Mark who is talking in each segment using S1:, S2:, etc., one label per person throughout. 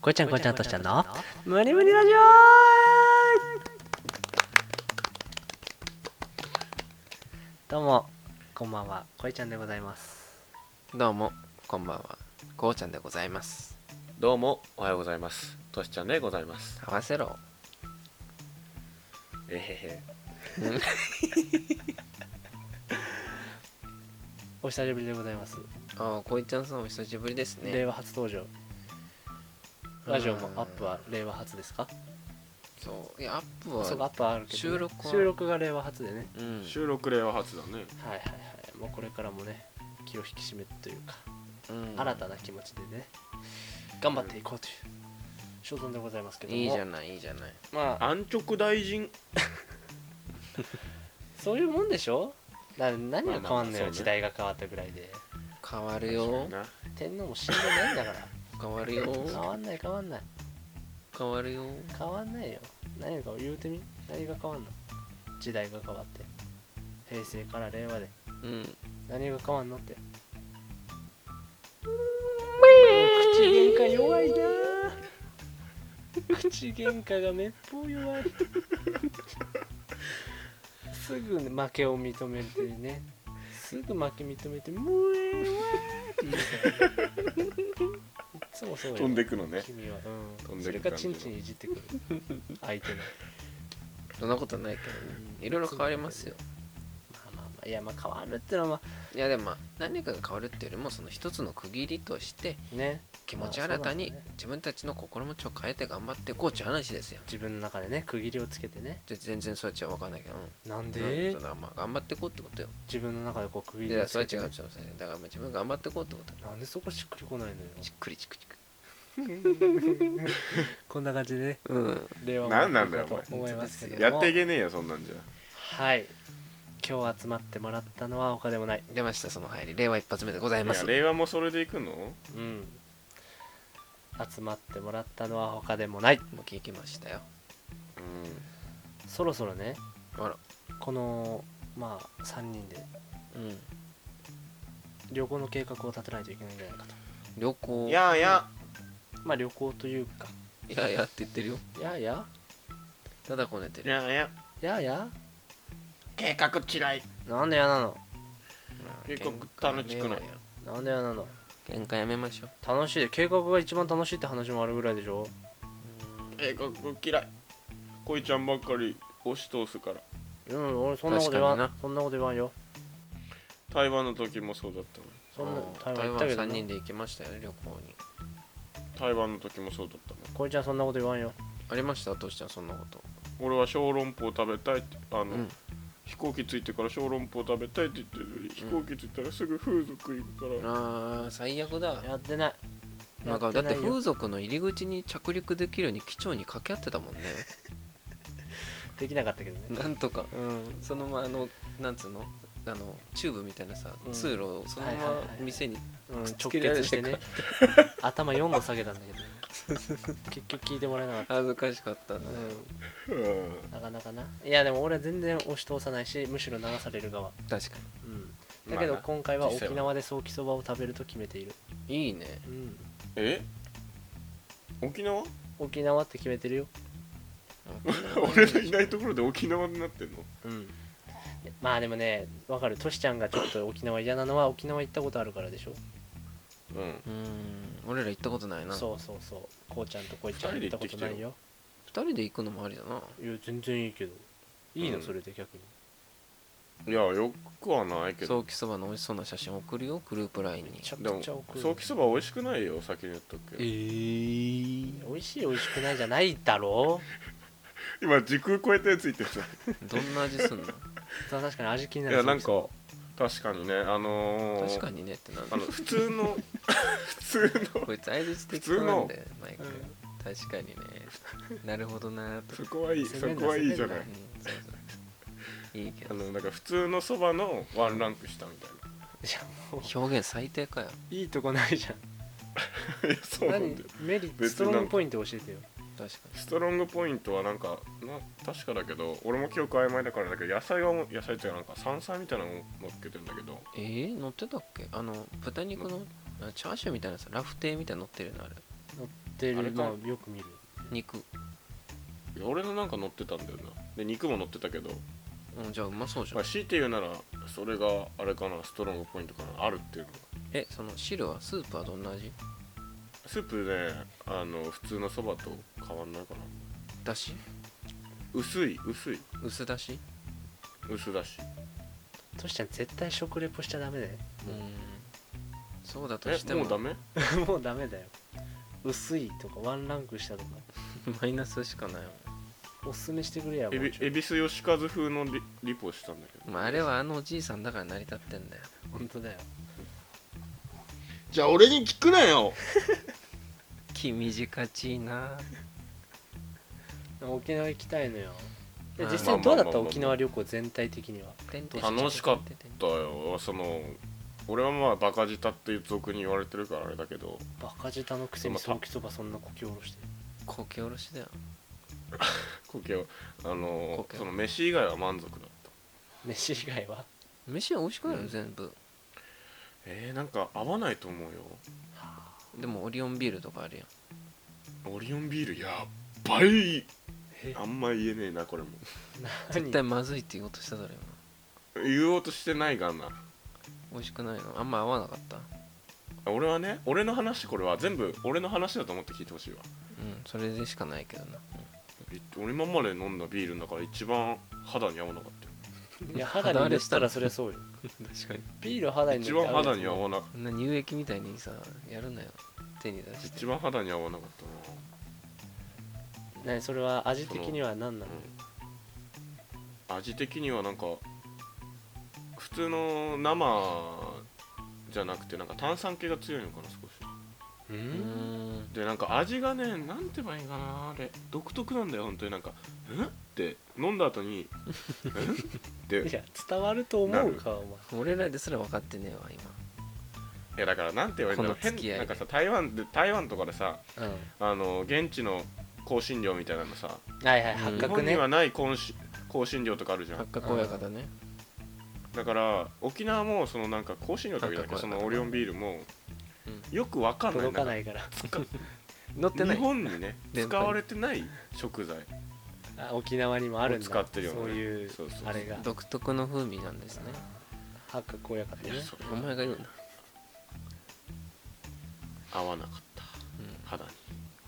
S1: こいちゃんこいちゃんとしちゃんの無理無理ラジオどうもこんばんはこいちゃんでございます
S2: どうも、こんばんは。こうちゃんでございます。
S3: どうもおはようございますとしちゃんでございます
S2: 合わせろ。
S3: えへ
S1: お久しぶりでございます、
S2: ああ、こいちゃんさんお久しぶりです
S1: 令
S2: ね。
S1: 和初登場ラジオも
S2: うん
S1: アップは令和初ですか
S2: そう。いや、アップ
S1: そうかア
S2: は、
S1: ップはあるけど、
S2: 収録は
S1: 収録が令和初でね
S2: う
S3: へ
S2: ん。
S3: 収録令和初だね
S1: はいはいはいもうこれからもね気を引き締めというか、
S2: うん
S1: 新たな気持ちでね頑張っていこうという所存でございますけども
S2: いいじゃない、いいじゃない。
S1: まあ
S3: 安直大臣
S1: そういうもんでしょだ何が変わんのよ、
S3: まあまあそうね
S1: 時代が変わったぐらいで
S2: 変わる
S3: 確か
S2: よ
S3: に。な
S1: 天皇も死んでないんだから
S2: 変わるよ。
S1: 変わんない変わんない
S2: 変わるよ。
S1: 変わんないよ何か言うてみ何が変わんの時代が変わって平成から令和で
S2: うん。
S1: 何が変わんのって口喧嘩弱いなあ口喧嘩がめっぽう弱いすぐ負けを認めてねすぐ負け認めて「むえーわーって言うから、いっつもそうよ
S3: 飛んでくのね
S1: 君は、う
S3: 飛
S1: ん、
S3: ん
S1: そ
S3: で
S1: れ
S3: く
S1: か
S3: 感
S1: チ
S3: じ
S1: ン
S3: の
S1: チンいじってくる相手の
S2: そんなことないけどね。いろいろ変わりますよ。
S1: まあまあまあいやまあ変わるってのはま
S2: いや、でもまあ、何かが変わるっていうよりも、その一つの区切りとして、
S1: あね
S2: 気持ち
S1: まあそう
S2: 新
S1: な
S2: た
S1: んだ
S2: に
S1: ね
S2: 自分たちの心持ちを変えて頑張っていこうっていう話ですよ。
S1: 自分の中でね区切りをつけてね
S2: じゃ全然それじゃ分かんないけど、うん
S1: なん
S2: うん
S1: で
S2: そうだまあ頑張っていこうってことよ。
S1: 自分の中でこう区切
S2: い
S1: りを
S2: や、
S1: つ
S2: それ
S1: け
S2: は違
S1: て、
S2: う違う
S1: ね、
S2: 違う。だからまあ自分頑張っていこうってことよ。
S1: なんでそこしっくりこないのよ
S2: っくりチクチク。
S1: こんな感じでね
S2: うん。
S1: 令和も
S3: 何なんだ
S1: や
S3: よ
S1: っていこうと
S3: お
S1: 思
S2: 前
S1: いますけども
S3: やっていけねえよそんなんじゃ
S1: はい今日集まってもらったのは他でもない
S2: 出ましたその入り令和一発目でござい
S3: い
S2: ま
S3: や
S2: す
S3: 令和もそれでいくの
S1: うん集まってもらったのは他でもない
S2: もう聞きましたよ
S3: う
S1: そろそろね
S2: あら
S1: このまあ3人で
S2: うん
S1: 旅行の計画を立てないといけないんじゃないかと
S2: 旅行
S3: んいやいや
S1: まあ旅行というか
S2: いやいやって言ってるよ
S1: やあや
S2: ただこねて
S3: い
S2: る
S3: やいや
S1: やあや
S3: 計画嫌い
S1: なんでやなの
S3: 結構楽しくない
S1: なんでやなの
S2: 喧嘩やめましょう
S1: 楽しい計画が一番楽しいって話もあるぐらいでしょ
S3: 計画嫌いこいちゃんばっかり押し通すか
S1: う
S3: ら
S1: ん俺そんなこと言わ
S2: 確
S1: ん
S2: かに
S1: そんなこと言わんよ
S3: 台湾の時もそうだったのに
S1: そんな
S2: あ
S1: 台湾
S2: ー台
S1: 行
S2: 湾
S1: ったけど
S2: 3
S1: な
S2: 人で行きましたよね旅行に
S3: 台湾の時もそうだったの
S1: こいちゃんそんなこと言わんよ
S2: ありましたとしちゃんそんなこと
S3: 俺は小籠包食べたいってあの、
S2: うん
S3: 飛行機着いてから小籠包食べたいって言ってるのに飛行機着いたらすぐ風俗行くから、
S2: あー最悪だ
S1: やってない
S2: なんかだって
S1: やないよ
S2: 風俗の入り口に着陸できるように機長に掛け合ってたもんね
S1: できなかったけどね
S2: なんとか
S1: うん
S2: そのままあのなんつうのあのチューブみたいなさ
S1: うん
S2: 通路をそのま
S1: はいはい
S2: ま
S1: はいはい
S2: 店に
S1: うん、
S2: くっつ
S1: 直
S2: けられ
S1: 結
S2: て
S1: して ね頭4本下げたんだけど結局聞いてもらえなかった、
S2: 恥ずかしかったな
S1: う
S3: うん
S1: ん、なかなかないやでも俺は全然押し通さないしむしろ流される側、
S2: 確か
S1: うん、だけど
S3: まあな
S1: 今回は
S3: 実際は
S1: 沖縄でソーキそばを食べると決めている、
S2: にいいね
S1: うん、
S3: え沖縄
S1: 沖縄って決めてるよ、
S3: 俺のいないところで沖縄になってんの
S1: うん、まあでもねわかるトシちゃんがちょっと沖縄嫌なのは沖縄行ったことあるからでしょ
S3: うん
S2: うーん俺ら行ったことないな
S1: そうそうそうこうちゃんとこいちゃん行ったことないよ
S2: 二人で行くのもありだない
S1: や全然いいけどいいの、
S3: うん
S1: それで逆に
S3: いやよくはないけど
S2: 早期そばの美味しそうな写真送るよグループラインに
S1: めちゃ
S3: で
S1: く
S3: も
S1: ちゃ奥
S3: ソーキそば美味しくないよ先に言っとくけど
S1: 美味しい美味しくないじゃないだろ
S3: 今時空超えたやついってるじゃん
S2: どんな味すんの
S1: う確かに味気にないる
S3: やなん
S1: そう
S3: か確かにねあのー、
S2: 確かにねってなんだ
S3: あの普通の 普通の
S2: こいつ相槌的
S3: 普通の
S2: なんだよ毎回
S1: うん
S2: 確かにねなるほどなーと
S3: そこはいい
S1: 攻
S3: そ
S1: めんな
S3: こ はいいじゃ
S1: 攻
S3: な
S1: め
S3: い
S1: ん
S2: うんそうそういいけ
S3: あ
S2: ど
S3: のなんか普通のそばのワンランク下みたいな
S1: ですいやも
S2: 表現最低かよ
S1: ういいとこないじゃん
S3: いやそうなんだよ
S1: 何メリットス
S3: 別
S1: ト
S3: に
S1: ロ
S3: なんか
S1: ングポイント教えてよ
S2: 確か
S3: ストロングポイントはなんかな確かだけど俺も記憶曖昧だからだけど野菜はも野菜っていうかなんか山菜みたいなのを乗っけてんだけど
S2: にえー、乗ってたっけあの豚肉のあチャーシューみたいなさラフテーみたいなの乗ってるのあれ
S1: 乗っってる
S3: あれ
S1: の
S3: か
S1: はよく見る
S2: 肉
S3: いや俺のなんか乗ってたんだよなで肉も乗ってたけど、
S2: うんじゃあうまそうじゃ
S3: ま
S2: ん
S3: あ、強いて言うならそれがあれかなストロングポイントかなあるっていうのが
S2: えその汁はスープはどんな味
S3: スープねあの普通のそばと変わんないかな
S2: だし
S3: 薄い薄い
S2: 薄だし
S3: 薄だし
S1: トシちゃん絶対食レポしちゃダメだよ
S2: うんそうだとして
S3: え
S2: も
S3: もうダメ
S1: もうダメだよ薄いとかワンランク下とか
S2: マイナスしかないわ
S1: おすすめしてくれやも
S3: エ
S1: う
S3: ビ
S1: ちょ
S3: 恵
S1: い
S3: 比寿吉和風のリリポしたんだけど
S2: まあ、あれはあのおじいさんだから成り立ってんだよ
S1: 本当だよ
S3: じゃあ俺に聞くなよ
S2: 気短ちいな
S1: 沖縄行きたいのよえ
S2: うん
S1: 実際どうだった
S3: まあまあまあまあ
S1: 沖縄旅行全体的には
S3: 楽しかったよその俺はまあバカ舌って俗に言われてるからあれだけど
S1: バカ舌のくせに
S3: そ
S1: ソ
S3: うまあ
S1: ーキそばそんなこき下ろして
S2: こけおろしだよ
S3: こけはあの
S2: こけは
S3: その飯以外は満足だった
S1: 飯以外は
S2: 飯は美味しくないの、
S3: うん
S2: 全部
S3: えー、なんか合わないと思うよ
S2: でもオリオンビールとかあるやん
S3: オリオンビールやっばい
S1: え
S3: あんま言えねえなこれも
S2: 絶
S1: 何
S2: 対まずいって言おうとしただろ今
S3: 言おうとしてないがな
S2: 美味しくないのあんま合わなかった
S3: 俺はね俺の話これは全部俺の話だと思って聞いてほしいわ
S2: うんそれでしかないけどな、
S3: い俺今まで飲んだビールの中で一番肌に合わなかったよ
S1: いや肌に塗ったらそりゃそうよ
S2: 確かに
S1: ビール肌に塗
S3: 一
S1: っ
S3: 番
S1: たら
S3: 肌に合わな
S2: こんな乳液みたいにさやるなよ手に出して
S3: 一番肌に合わなかったな
S1: 何それは味的には何なの
S3: うん、味的にはなんか普通の生じゃなくてなんか炭酸系が強いのかな少し
S1: う
S2: うー
S1: ん
S2: ん
S3: でなんか味がねなんて言えばいいかなあれ独特なんだよ本当になんか「うん?」って飲んだ後に「うん?」って
S1: いや伝わると思うかお前
S2: 俺らですら分かってねえわ
S3: いやだからなんて言えばいいんだろう
S2: この
S3: 変
S2: 付き合い
S3: なんかさ台湾で台湾とかでさ
S1: うん
S3: あの現地の香辛料みたいなのさ
S1: はいはい
S2: うん
S1: 八
S3: 日
S1: 角
S3: 本に
S1: ね
S3: はない香辛香辛料とかあるじゃ
S2: 今
S3: ん
S2: 八角親方ね
S3: だから沖縄もそのなんか香辛料だけだけ
S2: あ
S3: どそのオリオンビール
S2: う
S3: も
S2: ん
S3: よくわかんない
S1: 届か
S3: い
S1: ないから
S2: 乗ってな
S3: 日
S2: い
S3: 本に ね
S2: 電波
S3: 使
S2: に
S3: われてない食材
S1: あ沖縄にもあるんだ
S3: 使ってるよね
S1: そういう
S3: そうそうそう
S1: あれが
S2: 独特の風味なんですね
S1: 八角親方
S3: い
S1: ね
S3: やそれ
S2: お前が言うな、
S3: 合わなかった
S2: うん、
S3: 肌に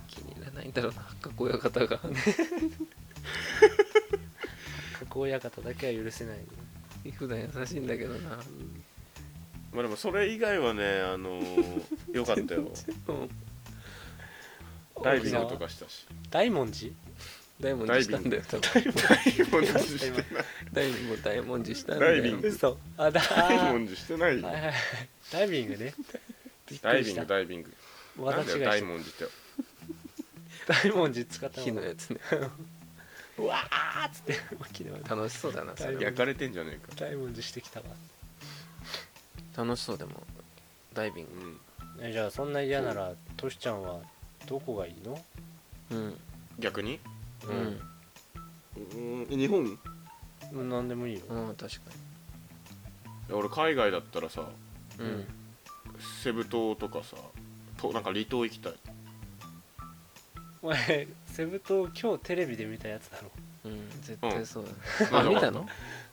S2: 気に入らないんだろうな八角親方 が
S1: 八角親方だけは許せない
S2: 普段優しいんだけどな
S3: まあでもそれ以外はねあの ーよかったよ
S2: うん
S3: ダイビングとかしたし
S1: 大文字
S2: 大文字したんだよ多分
S3: ダイモンジしてない
S2: 大文字も大文字したんだよ
S3: ダイビング
S1: 嘘あだ
S3: ダイモンジしてないよ
S1: はいはいはいダイビングねびっく
S3: ダイ
S1: り
S3: ビ
S1: し
S3: ング
S1: た
S3: ダイビング
S1: わ
S3: な
S1: だ
S3: んだ
S1: 違い
S3: よダイ
S1: し
S3: モンジって
S1: た大文字使った
S2: 火のやつね
S1: うわーっつ って沖縄で
S2: 楽しそうだなそれ
S1: ダイビング
S3: 焼かれてんじゃねえか
S1: 大文字してきたわ
S2: 楽しそうでもダイビン
S3: うん
S1: えじゃあそんな嫌ならトシちゃんはどこがいいの
S2: グうん
S3: 逆に
S2: う
S1: うん
S2: ん、
S3: うん日本
S1: うん何でもいいよ
S2: うん、確か
S3: 俺海外だったらさ
S2: にうん
S3: セブ島とかさとなんか離島行きたい
S1: お前セブ島今日テレビで見たやつだろ
S2: うん、絶対そうだ、
S3: うん
S2: あ見たの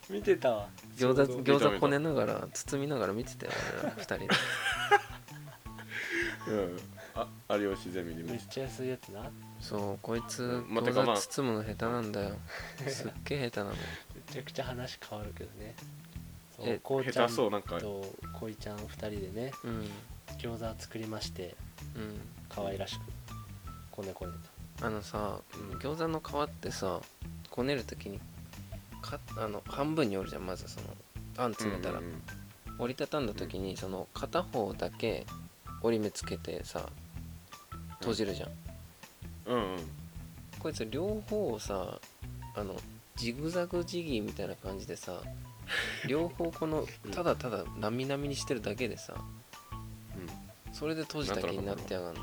S1: 見てたわ
S2: 餃子
S1: ちょうど
S2: 餃子こねながら包みながら見てたよ 俺ら二人で
S3: うんあ有吉ゼミで
S1: め
S3: 見
S1: ってちゃ安いやつなめっ
S2: そうこいつ
S3: うんまあてか
S2: 餃
S3: まあ
S2: 子包むの下手なん だよすっげえ下手なの
S1: ちゃくちゃ話変わるけどねそ
S2: え
S1: うこうちゃ
S3: 下
S1: ん
S3: 手そ
S1: と
S3: うなんか
S1: こいちゃん2人でね
S2: うんうん
S1: 餃子作りまして可愛らしくこねこね
S2: あのさ
S1: うん
S2: 餃子の皮ってさこねるときにかあの半分に折るじゃんまずそのあん詰めたら、
S3: うんうんうん
S2: 折りたたんだときにその片方だけ折り目つけてさ閉じるじゃん、
S3: うんうん
S2: こいつ両方をさあのジグザグジギーみたいな感じでさ両方この
S3: うん
S2: ただただなみなみにしてるだけでさそれで閉じた気になってやがんだ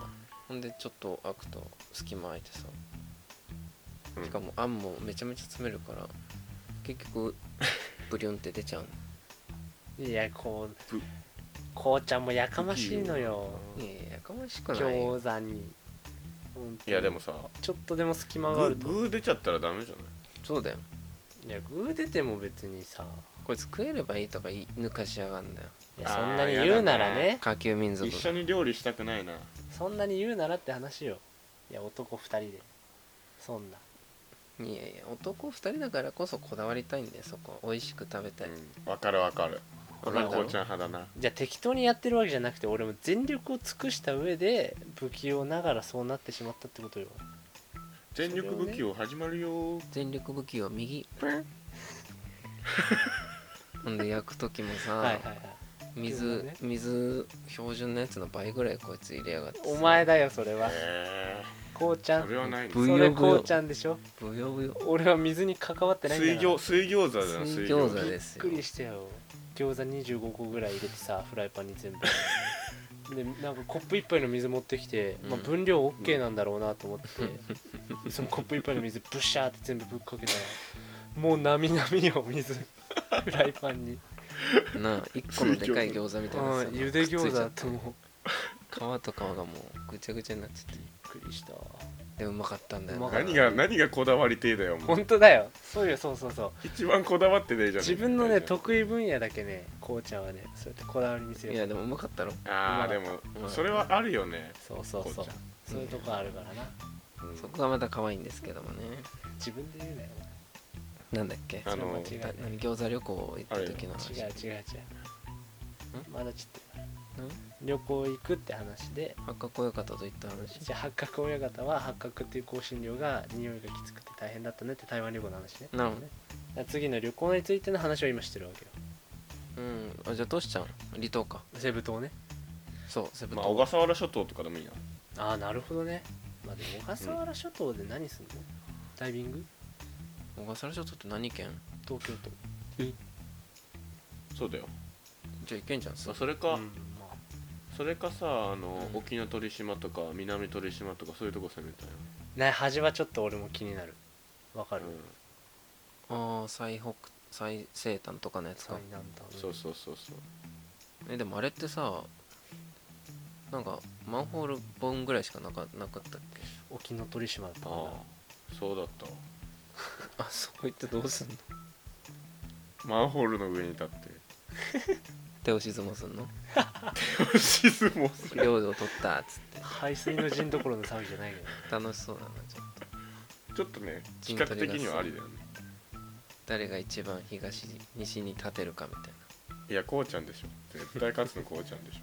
S2: ほんでちょっと開くと隙間空いてさ
S3: うん
S2: しかもあんもめちゃめちゃ詰めるから結局ブリュンって出ちゃうの
S1: いやこう
S3: ぶ
S1: こうちゃんもやかましいのよ
S2: いやいややかましくないよ
S1: 餃子に本当
S3: い
S1: に
S3: やでもさ
S1: ちょっとでも隙間
S3: グ
S1: があ
S3: ー
S1: ると
S3: グー出ちゃったらダメじゃない
S2: そうだよ
S1: いやグー出ても別にさ
S2: こいつ食えればいいとか言い抜かしやがんだよ
S1: いや
S3: あー
S1: そんなに言うなら
S3: やだ
S1: ね
S2: 下級民族
S3: 一緒に料理したくないな
S1: そんなに言うならって話よいや男二人でそんない
S2: やいや男2人だからこそこだわりたいんだよそこ美味しく食べたい、
S3: うんわかるわかる
S2: わ
S3: 俺
S2: か
S3: は
S2: るだろ
S3: こうちゃん派だな
S1: じゃあ適当にやってるわけじゃなくて俺も全力を尽くした上で不器用ながらそうなってしまったってことよ
S3: 全力武器を始まるよ
S2: 全力武器を右
S3: プン
S2: ほんで焼く時もさ、
S1: はいはいはい
S2: 水、
S1: ね
S2: 水標準のやつの倍ぐらいこいつ入れやがってさ
S1: お前だよそれは
S3: へ
S1: こうち
S3: え
S1: ゃ
S3: それ
S1: ん
S3: はないね
S2: ぶ
S1: それこうちゃんでしょ
S2: ぶよぶよ
S1: 俺は水に関わってないんだ
S3: 水
S1: から
S3: 餃水餃子だな
S2: 水
S3: 水
S2: 餃子
S3: 餃子
S2: で
S1: びっ
S2: すよ
S1: くりしたよ餃子25個ぐらい入れてさフライパンに全部でなんかコップ一杯の水持ってきて、まあ、
S2: うん
S1: 分量 OK なんだろうなと思って、そのコップ一杯の水ブシャーって全部ぶっかけたらもうなみなみよ水フライパンに、
S2: なあ1個のでかい餃子み
S1: う
S2: た
S1: ん
S2: いな、さ
S1: ゆで餃子
S2: くっついちゃ
S1: だ
S2: って
S1: とも
S2: 皮と皮がもうぐちゃぐちゃになっちゃって
S1: うびっくりした
S2: でもうまかったんだよ
S1: うまかった
S3: 何が何がこだわりてえだよもう
S1: 本当だよそうよそうそうそう
S3: 一番こだわってねえじゃん
S1: 自分のね得意分野だけねこうちゃんはねそうやってこだわり見せ
S2: い
S1: る
S2: やでもうまかったろ
S3: ああで
S2: うま
S3: も
S2: い
S3: それはあるよね
S1: そうそうそ
S3: こう
S1: う
S3: ちゃん
S1: そういうとこあるからな
S3: うん
S2: そこがまた可愛いんですけどもね
S1: 自分で言うなよ
S2: なんだっけ
S3: あの
S1: それは間違いない
S2: 何餃子旅行行った時の話
S1: 違う違う違うまだちょっ
S2: ん
S1: と旅行行くって話で
S2: 八角親方と行った話
S1: じゃあ八角親方は八角っていう香辛料が匂いがきつくて大変だったねって台湾旅行の話ね
S2: なるほど
S1: だから次の旅行についての話を今してるわけよ
S2: うんあじゃあトシちゃん離島か
S1: セブ島ね
S2: そうセブ
S3: まあ
S2: 島、
S3: 小笠原諸島とかでもいいな
S1: ああなるほどねまあでも小笠原諸島で何すんの、ダイビング
S2: 小笠原諸島って何県
S1: 東京都
S3: そうだよ
S2: じゃあ行けんじゃん
S3: ま
S2: そ
S3: あそれか、
S1: うんまあ
S3: それかさあの、
S2: うん
S3: 沖ノ鳥島とか南鳥島とかそういうとこ攻めたい
S1: ね端はちょっと俺も気になるわかる、
S3: なうん
S2: ああ最北最西端とかのやつ
S1: そ
S2: か
S1: うなんだ
S3: そうそうそうそう
S2: えでもあれってさなんかマンホール本ぐらいしかなかなかったっけ
S1: 沖ノ鳥島だったかな
S3: ああそうだったわ
S2: あそこ行ってどうすんの
S3: マンホールの上に立って
S2: 手押し相撲すんの
S3: 手を沈もうする
S2: 領土を取ったっつって
S1: 排水の陣どころの騒ぎじゃないけど
S2: 楽しそうだなちょっと
S3: ちょっとね比較的にはありだよね
S2: 誰が一番東に西に立てるかみたいない
S3: やこうちゃんでしょ絶対勝つのこうちゃんでしょ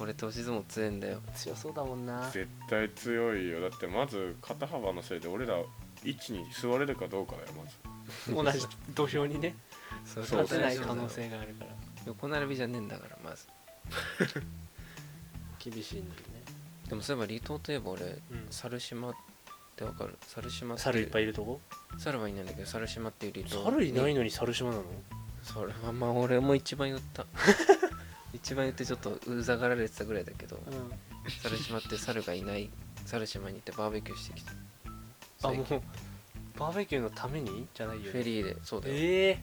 S2: 俺手押し相撲 強えんだよ
S1: 強そうだもんな
S3: 絶対強いよだってまず肩幅のせいで俺ら位置に座れるかどうかだよまず
S1: 同じ土俵にね
S2: そ
S3: そう
S1: 立てない
S3: そう
S1: 可能性があるから
S2: 横並びじゃねえんだからまず
S1: 厳しいんだよ
S2: でもそういえば離島といえば俺
S1: ね、
S2: 猿島ってわかる猿島って
S1: 猿いっぱ
S2: い
S1: いいるとこ
S2: 猿はいないんだけど猿島っていう離島
S1: 猿いない
S2: に
S1: のに猿島なの
S2: それはまあ俺も一番言った 一番言ってちょっとうざがられてたぐらいだけど
S1: うん
S2: 猿島って猿がいない猿島に行ってバーベキューしてきた
S1: あ
S2: 最
S1: も
S2: 近
S1: うバーベキューのためにじゃないよ、ね、
S2: フェリーでそうだよ
S1: ええ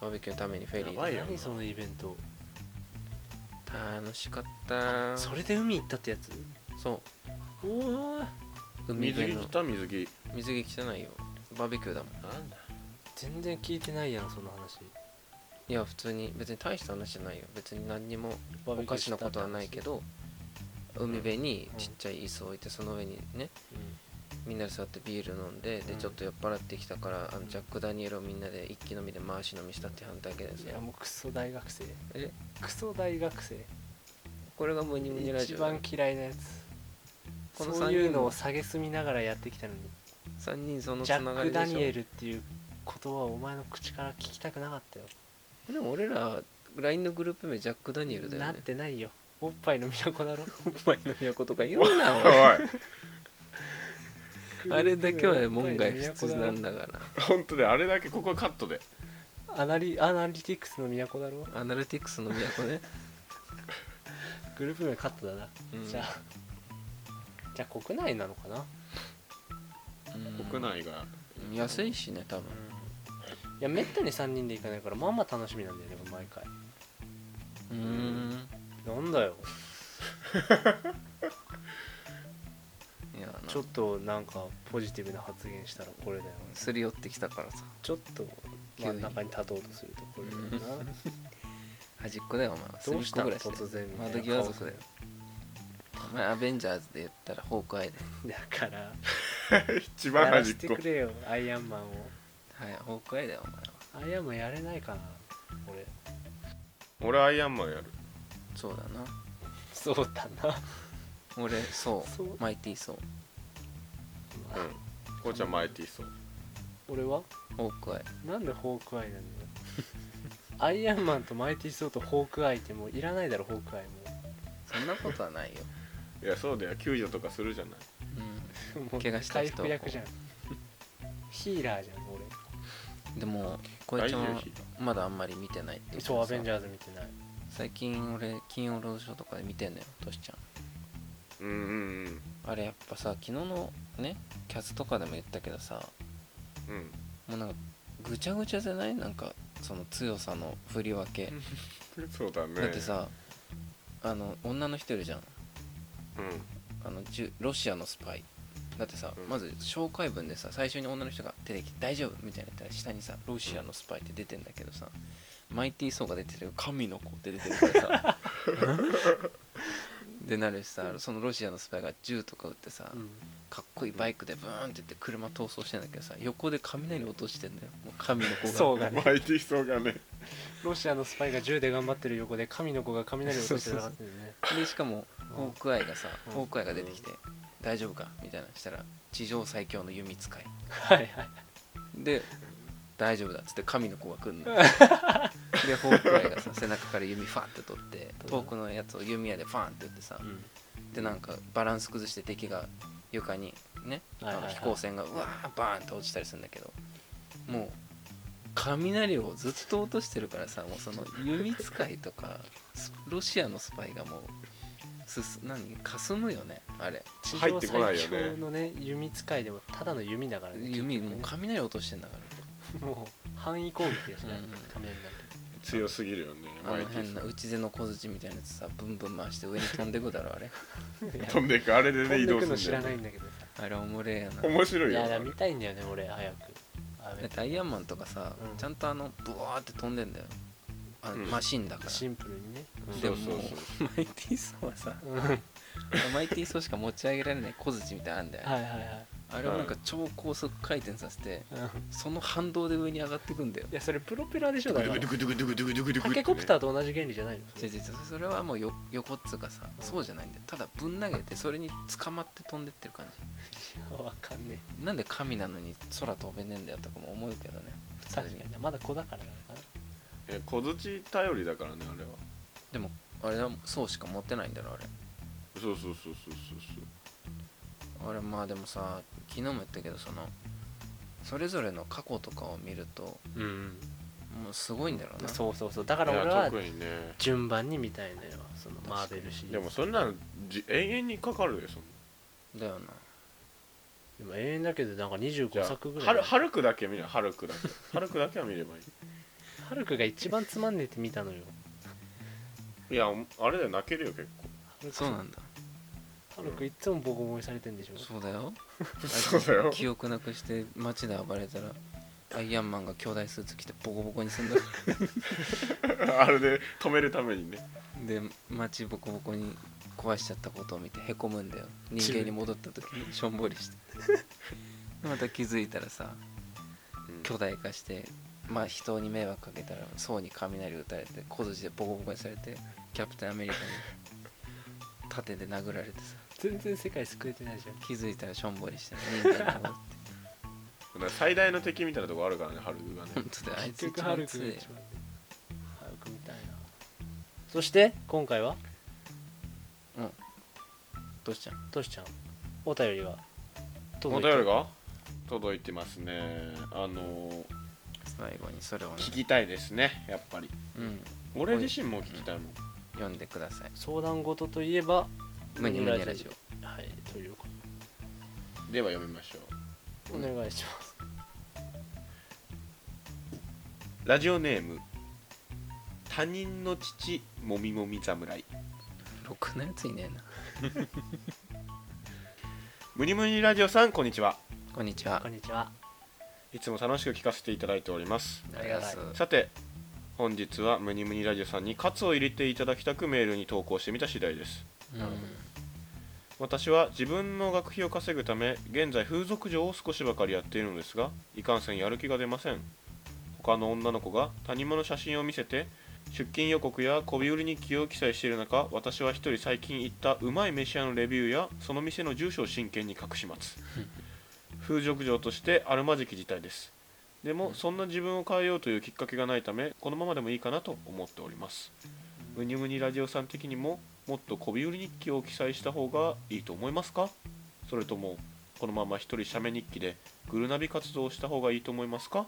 S2: バーベキューのためにフェリ
S3: やば
S2: ー
S3: い
S2: で
S3: よ
S1: 何そのイベント
S2: 楽しかった
S1: それで海行ったってやつ
S2: そ
S1: おお
S2: う海
S3: 水
S2: 辺
S3: 着
S2: の
S3: 着た水着
S2: 水着汚いよバーベキューだもん
S3: なんだ
S1: 全然聞いてないやんその話
S2: いや普通に別に大した話じゃないよ別に何にも
S1: バー
S2: お
S1: ベキュ
S2: か
S1: ー
S2: し
S1: し
S2: な
S1: た
S2: こ
S1: って
S2: と
S1: 話
S2: はないけど海辺にちっちゃい椅子を置いてその上にね
S1: う
S2: みんなで座ってビール飲んでで
S1: うん
S2: ちょっと酔っ払ってきたからあのジャック・ダニエルをみんなで一気飲みで回し飲みしたって反対だけです
S1: んいや
S2: よ
S1: もうクソ大学生
S2: え
S1: クソ大学生
S2: これがムニムニラジ
S1: 一
S2: オだ
S1: 番嫌いなやつ
S2: この
S1: そ
S2: 三人は
S1: ういうのを蔑みながらやってきたのに
S2: 3人そのつ
S1: ジャ
S2: なが
S1: ッ
S2: り
S1: ク・
S2: でしょ
S1: ダニエルっていう言葉をお前の口から聞きたくなかったよ
S2: でも俺ら LINE のグループ名ジャック・ダニエルだよ
S1: な
S2: ね
S1: ってないよおっぱいの都だろ
S2: おっぱいの都とか言うな
S3: お
S2: おい
S3: い
S2: あれだけは門外不出なん
S1: だ
S2: だから
S3: 本当であれだけここはカットで
S1: アナリアナリティクスの都だろ
S2: アナリティクスの都ね、
S1: グループ名カットだな、
S2: うん
S1: じゃあじゃあ国内なのかな、
S2: うん
S3: 国内が
S2: 安いしね多分
S1: いやめったに3人で行かないからまあまあ楽しみなんだよね毎回
S2: うーん
S1: なんだよ
S2: いや
S1: ちょっとなんかポジティブな発言したらこれだよ
S2: すり寄ってきたからさ
S1: ちょっと真ん中に立とうとするとこれだ よな
S2: 端っこだよお前は
S1: どうした
S2: 隅
S1: の
S2: っこぐら
S1: 突
S2: い
S1: 然みたいな
S2: 窓
S1: 顔
S2: 際族だよお前アベンジャーズで言ったらホークアイだよ
S1: だから
S3: 一番
S1: やら
S3: 端
S1: せ
S3: ってこ
S1: くれよアイアンマンを
S2: はいホークアイだよお前は
S1: アイアンマンやれないかな俺
S3: 俺アイアンマンやる
S2: そうだな
S1: そうだな
S2: 俺そう
S1: そう
S2: マイティーそう
S3: うんこうちゃんマイティーソー
S1: 俺は
S2: ホークアイ
S1: なんでホークアイなんだよアイアンマンとマイティソーとホークアイってもういらないだろホークアイ
S2: そんなことはないよ、
S3: いやそうだよ救助とかするじゃない
S1: も もう
S2: 怪我した
S1: 回
S2: 人
S1: 復役じゃんヒーラーじゃん俺
S2: うん、でもこいちゃんは
S3: 大丈夫
S2: まだあんまり見てないっていうか
S1: そうアベンジ
S2: さ
S1: ャーズ見てない
S2: 最近俺金曜ロードショーとかで見てんのよトシちゃん
S3: うんうんうん
S2: あれやっぱさ昨日のねキャスとかでも言ったけどさ
S3: うん
S2: もうなんかぐちゃぐちゃじゃないなんかその強さの振り分け
S3: そうだね
S2: だってさあの女の人いるじゃん
S3: うん
S2: あのじゅロシアのスパイだってさ、
S3: うん
S2: まず紹介文でさ最初に女の人が出てきて「大丈夫」みたいな言ったら下にさ「ロシアのスパイ」って出てんだけどさマイティー・ソーが出てる「神の子」って出てるから さでなるしさそのロシアのスパイが銃とか撃ってさ、かっこいいバイクでブーンってって車逃走してんだけどさ横で雷落としてんだよもう神の子が
S1: そうがね
S3: マイティーソーがね
S1: ロシアのスパイが銃で頑張ってる横で神の子が雷を落としてなかったよね
S2: でしかもホークアイがさ、
S1: うん
S2: ホークアイが出てきて「大丈夫か?」みたいなのしたら「地上最強の弓使い」
S1: はいはい
S2: で大丈夫だっつって神の子が来る のでホークアイがさ背中から弓ファンって取って遠くのやつを弓矢でファンって打ってさでなんかバランス崩して敵が床にね
S1: はいは
S2: あ
S1: い
S2: の
S1: はい
S2: 飛行船がうわーバーンって落ちたりするんだけどもう雷をずっと落としてるからさもうその弓使いとかスロシアのスパイがもうすす何かすむよねあれ
S1: 地
S3: 入
S1: 上
S3: ってこない
S1: 最
S3: よね
S1: 強のね弓使いでもただの弓だからね
S2: 弓もう
S1: 結
S2: 雷落としてんだから
S1: 局ねもう範囲攻撃ですね
S2: うん
S1: 雷なんて
S3: 強すぎるよね
S2: あ
S3: マイ
S2: の
S3: ティ
S2: 変
S3: ーソ
S2: な打ち出の小槌みたいなやつさブンブン回して上に飛んでくだろあれ
S3: ー飛んでいくあれで
S1: 飛
S3: ね移
S1: んで
S3: 動
S1: く
S3: す
S1: の
S3: る
S1: 知
S3: んだ
S1: ら
S3: よ
S1: ない
S3: ね
S1: んだけどさ
S2: あれおもれえやな
S3: 面白
S1: い
S3: いよ
S1: やだから見たいんだよね俺早くあ
S2: だってアイアンマンとかさ、
S1: うん
S2: ちゃんとあのブワーって飛んでんだよあの
S3: うん
S2: マシンだから、
S1: シンプルにね
S2: で
S3: そ
S2: も
S3: うそう
S2: もうマイティーソーはさ
S1: うんはい
S2: マイティーソーしか持ち上げられない小槌みたいなのあんだよ、
S1: はいはい
S2: あれをなんか超高速回転させて
S1: うん
S2: その反動で上に上がってくんだよ
S1: いやそれプロペラでしょだから
S3: ドゥクドゥクドゥクドゥクドゥクドゥクドゥクっ
S1: タ
S3: てね
S1: ケコプターと同じ原理じゃないの
S2: 違う違うそれはもうよ横っつうかさそうじゃないんだよただぶん投げてそれに捕まって飛んでってる感じ
S1: わかんね
S2: なんで神なのに空飛べねえんだよとかも思うけどね普
S1: え
S2: 通
S1: 確
S2: に
S1: かになまだ子だからなのかな
S3: え小槌頼りだからねあれは
S2: でもあれはそうしか持ってないんだろあれ
S3: そうそうそうそうそ
S2: あれまあでもさ昨日も言ったけどそのそれぞれの過去とかを見ると
S1: うん
S2: もうすごいんだろうな
S1: そうそうそうだか
S3: う
S1: ら俺
S3: いや
S1: は
S3: 特にね
S1: 順番に見たいのよそのマーベルシリーズ
S3: でもそんなのじ永遠にかかるよそん
S2: だ
S3: な
S2: よな
S1: でも永遠だけどなんか
S3: じゃ
S1: 25
S3: あ
S1: 作ぐらい
S3: ハルハルクだけ見れハルクだけハルクだけは見ればい
S1: ハルクが一番つまんねえって見たのよ
S3: いいやあれだよ泣けるよ結
S1: ハルク
S2: そうなんだ
S1: ハルクいつもボコボコにされてんでしょ
S2: そうだよ
S3: 構そうだよ
S2: 記憶なくして街で暴れたらアイアンマンが兄弟スーツ着てボコボコにすんだ
S3: あれで止めるためにね
S2: で街ボコボコに壊しちゃったことを見てへこむんだよ人間に戻った時にしょんぼりしてでまた気づいたらさ巨大化して、まあ、人に迷惑かけたら層に雷打たれて小槌でボコボコにされてキャプテンアメリ カに盾で殴られてさ
S1: 全然世界救えてないじゃん
S2: 気づいたらしょんぼりして人間に 戻って
S3: うん最大の敵みたいなとこあるからねハルクがね
S2: 本当だよあい
S1: 結
S2: つ一
S1: 局ハ
S2: 番
S1: ルクが
S2: 強いよ
S1: 一番ハルクみたいなそして今回は
S2: うんどうしたん
S1: トシちゃんお便りは
S3: お
S1: 届いて
S3: 便りが届いてますねあの
S2: 最後にそれをね、
S3: 聞きたいですねやっぱり
S2: うん、
S3: 俺自身も聞きたいもん
S2: 読んでください
S1: 相談事といえば
S2: ムニムニラジ
S1: オはいというこ
S3: では読みましょう
S1: とお願いします
S3: ラジオネーム他人の父もみもみ侍
S2: ろくなやついねえな
S3: ムニムニラジオさんこんにちは
S2: こんにちは
S1: こんにちは。
S3: いつも楽しく聞かせていただいております
S1: ありがとう
S3: さて本日はムニムニラジオさんにカツを入れていただきたくメールに投稿してみた次第です
S2: うん
S3: 私は自分の学費を稼ぐため現在風俗嬢を少しばかりやっているのですがいかんせんやる気が出ません他の女の子が他人の写真を見せて出勤予告や媚び売りに気を記載している中私は一人最近行ったうまい飯屋のレビューやその店の住所を真剣に隠します風俗嬢としてあるまじき事態ですでもそんな自分を変えようというきっかけがないためこのままでもいいかなと思っておりますムニムニラジオさん的にももっと媚び売り日記を記載した方がいいと思いますかそれともこのまま一人写メ日記でグルナビ活動をした方がいいと思いますか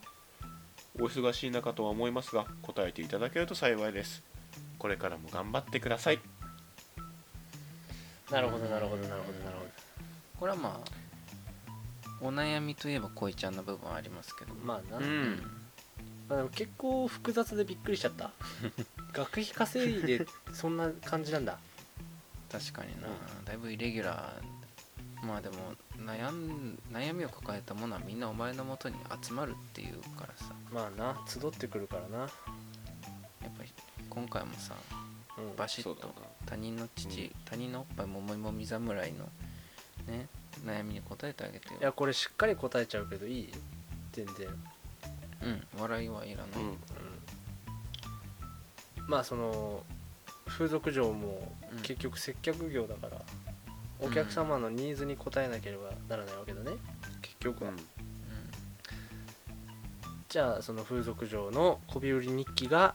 S3: お忙しい中とは思いますが答えていただけると幸いですこれからも頑張ってください
S1: なるほどなるほどなるほどなるほ
S2: これはまあお悩みといえば恋ちゃんの部分はありますけど
S1: ど。まあな。
S3: う
S2: うん
S1: まあ、でも結構複雑でびっくりしちゃった学費稼いでそんな感じなんだ
S2: 確かにな、だいぶイレギュラーまあでも悩ん悩みを抱えたものはみんなお前のもとに集まるっていうからさ
S1: まあな集ってくるからな
S2: やっぱり今回もさ
S1: うん
S2: バシッと他人の父、
S3: うん
S2: 他人のおっぱいももいもみ侍のね悩みに答えてあげて
S1: いや
S2: よ
S1: これしっかり答えちゃうけどいい全然、
S2: うん笑いはいらない、うん
S3: う
S1: うんまあその風俗嬢も
S2: うん
S1: 結局接客業だから、
S2: うん
S1: お客様のニーズに応えなければならないわけだね結局は、
S3: ん
S1: じゃあその風俗嬢の媚び売り日記が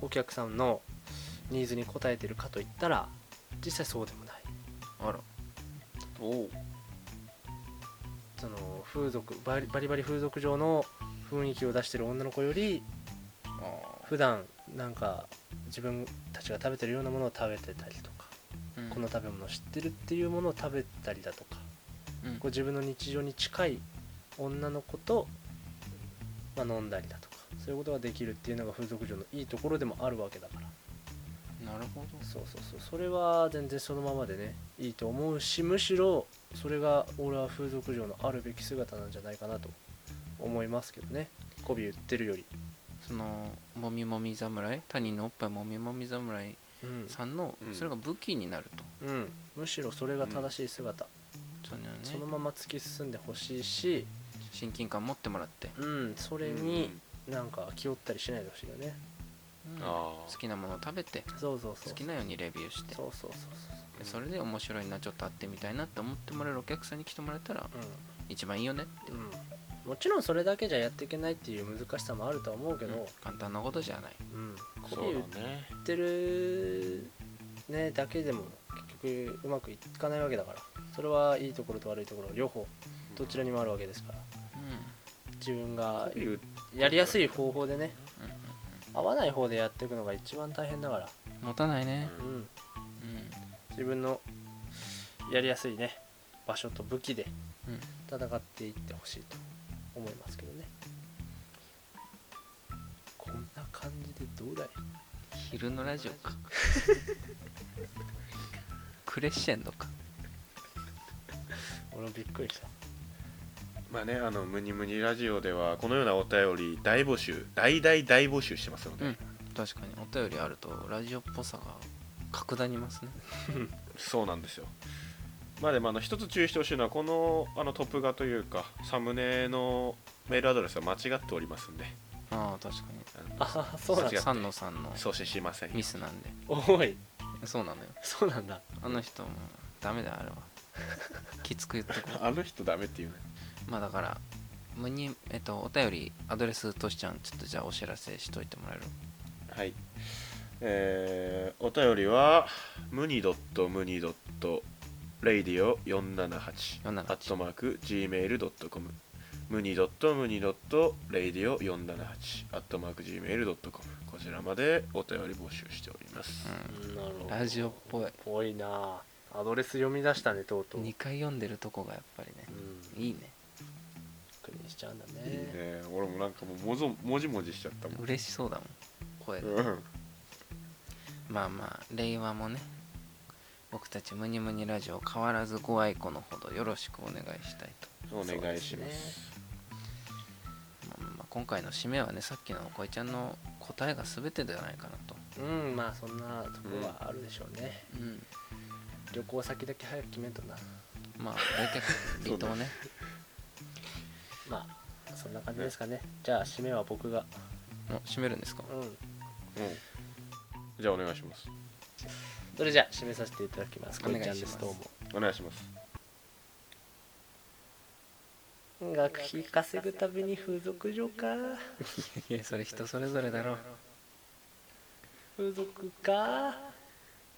S1: お客さんのニーズに応えてるかといったら実際そうでもない
S2: あら
S3: おう
S1: その風俗バリバリバリ風俗嬢の雰囲気を出してる女の子より
S2: あ
S1: 普段なんか自分たちが食べてるようなものを食べてたりとか、
S2: ー、うん
S1: この食べ物を知ってるっていうものを食べたりだとか
S2: うん
S1: こう自分の日常に近い女の子と、まあ、飲んだりだとかそういうことができるっていうのが風俗嬢のいいところでもあるわけだから
S2: なるほど
S1: そうそうそうそれは全然そのままでねいいと思うしむしろそれが俺は風俗嬢のあるべき姿なんじゃないかなと思いますけどね媚び売ってるより、
S2: そのもみもみ侍他人のおっぱいもみもみ侍
S1: うん
S2: さんの、
S3: うん
S2: それが武器になると
S1: うん、むしろそれが正しい姿、
S2: そのね
S1: そのまま突き進んでほしいし、
S2: 親近感持ってもらって、
S1: うん、それになんか気負ったりしないでほしいよね
S2: うん
S3: あ
S2: 好きなものを食べて
S1: そうそうそう
S2: 好きなようにレビューして
S1: そうそうそうそ
S2: でそれで面白いなちょっと会ってみたいなって思ってもらえるお客さんに来てもらえたら
S1: う
S2: 一番いいよね
S1: うん、うん、もちろんそれだけじゃやっていけないっていう難しさもあるとは思うけ
S2: うん
S1: ど、
S2: 簡単なことじゃない
S1: うん、媚
S3: そう
S1: び売っ
S3: だね
S1: てるねだけでも結局うまくいかないわけだからそれはいいところと悪いところ両方どちらにもあるわけですから自分が
S3: 媚び売っ
S1: やりやすい方法でね
S2: うんうん
S1: 合わない方でやっていくのが一番大変だから
S2: うん持たないね
S1: うん
S2: う
S1: 自分のやりやすいね場所と武器で
S2: んうん
S1: 戦っていってほしいと思いますけどねこんな感じでどうだい
S2: 昼のラジオ かクレッシェンドか
S1: 俺もびっくりした
S3: まあねあのムニムニラジオではこのようなお便り大募集大大大募集してますので、
S2: うん確かにお便りあるとラジオっぽさが格段にますね
S3: そうなんですよまあでもあの一つ注意してほしいのはこのあのトップ画というかサムネのメールアドレスは間違っておりますんで
S2: ああ確か
S3: あ
S1: ああそうなん
S3: 間違っ
S2: に
S1: だ
S3: て
S2: さんのさんの
S3: の送信しません
S2: ミスなんで
S1: おい
S2: そうなのよ
S1: そうなんだ
S2: あの人もダメ だあれはきつく言ってこう
S3: あの人ダメっていうね
S2: まあだから、むにえっと、お便り、アドレスとしちゃん、ちょっとじゃあお知らせしといてもらえる
S3: はいえー、お便りはムニドットムニドットレイディオ478
S2: 478
S3: アットマーク Gmail.com ムニドットムニドットレイディオ478アットマーク Gmail.com こちらまでお便り募集しております、
S1: なるほ
S2: うん。ラジオっぽい。
S1: ぽいなあアドレス読み出したねとうとう、うん
S2: 2、回読んでるとこがやっぱりね、いいね。
S1: 確認しちゃうんだね
S3: いいね俺もなんかもうもぞもじもじしちゃったもん
S2: 嬉しそうだもん、声が。
S3: うん
S2: まあまあ、令和もね、僕たちムニムニラジオ変わらずご愛顧のほどよろしくお願いしたいと、
S3: お願いします
S2: まあまあまあ今回の締めはねさっきのおこいちゃんの答えが全てではないかなと、
S1: うんまあそんなところはあるでしょうね、
S2: うん、
S1: 旅行先だけ早く決めんとな
S2: まあ大 体離島ね
S1: まあそんな感じですかねじゃあ締めは僕が
S2: お締めるんですか
S1: うん
S3: うんじゃあお願いします
S1: それじゃあ締めさせていただきます
S2: お
S1: こい
S2: 願い
S1: ち
S2: し
S1: ゃ
S2: ま
S1: ん
S2: す
S1: ですどうも
S3: お願いします
S1: 学費稼ぐために風俗嬢か
S2: いやそれ人それぞれだろ
S1: 風俗か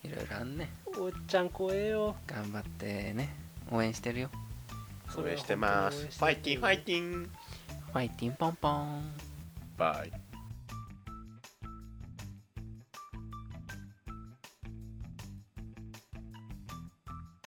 S2: ういろいろあんね
S1: おっちゃん怖えよ
S2: 頑張ってね応援してるよ
S1: それは本当に応援してる
S3: ファイティンファイティン
S2: ファイティンポンポン
S3: バイ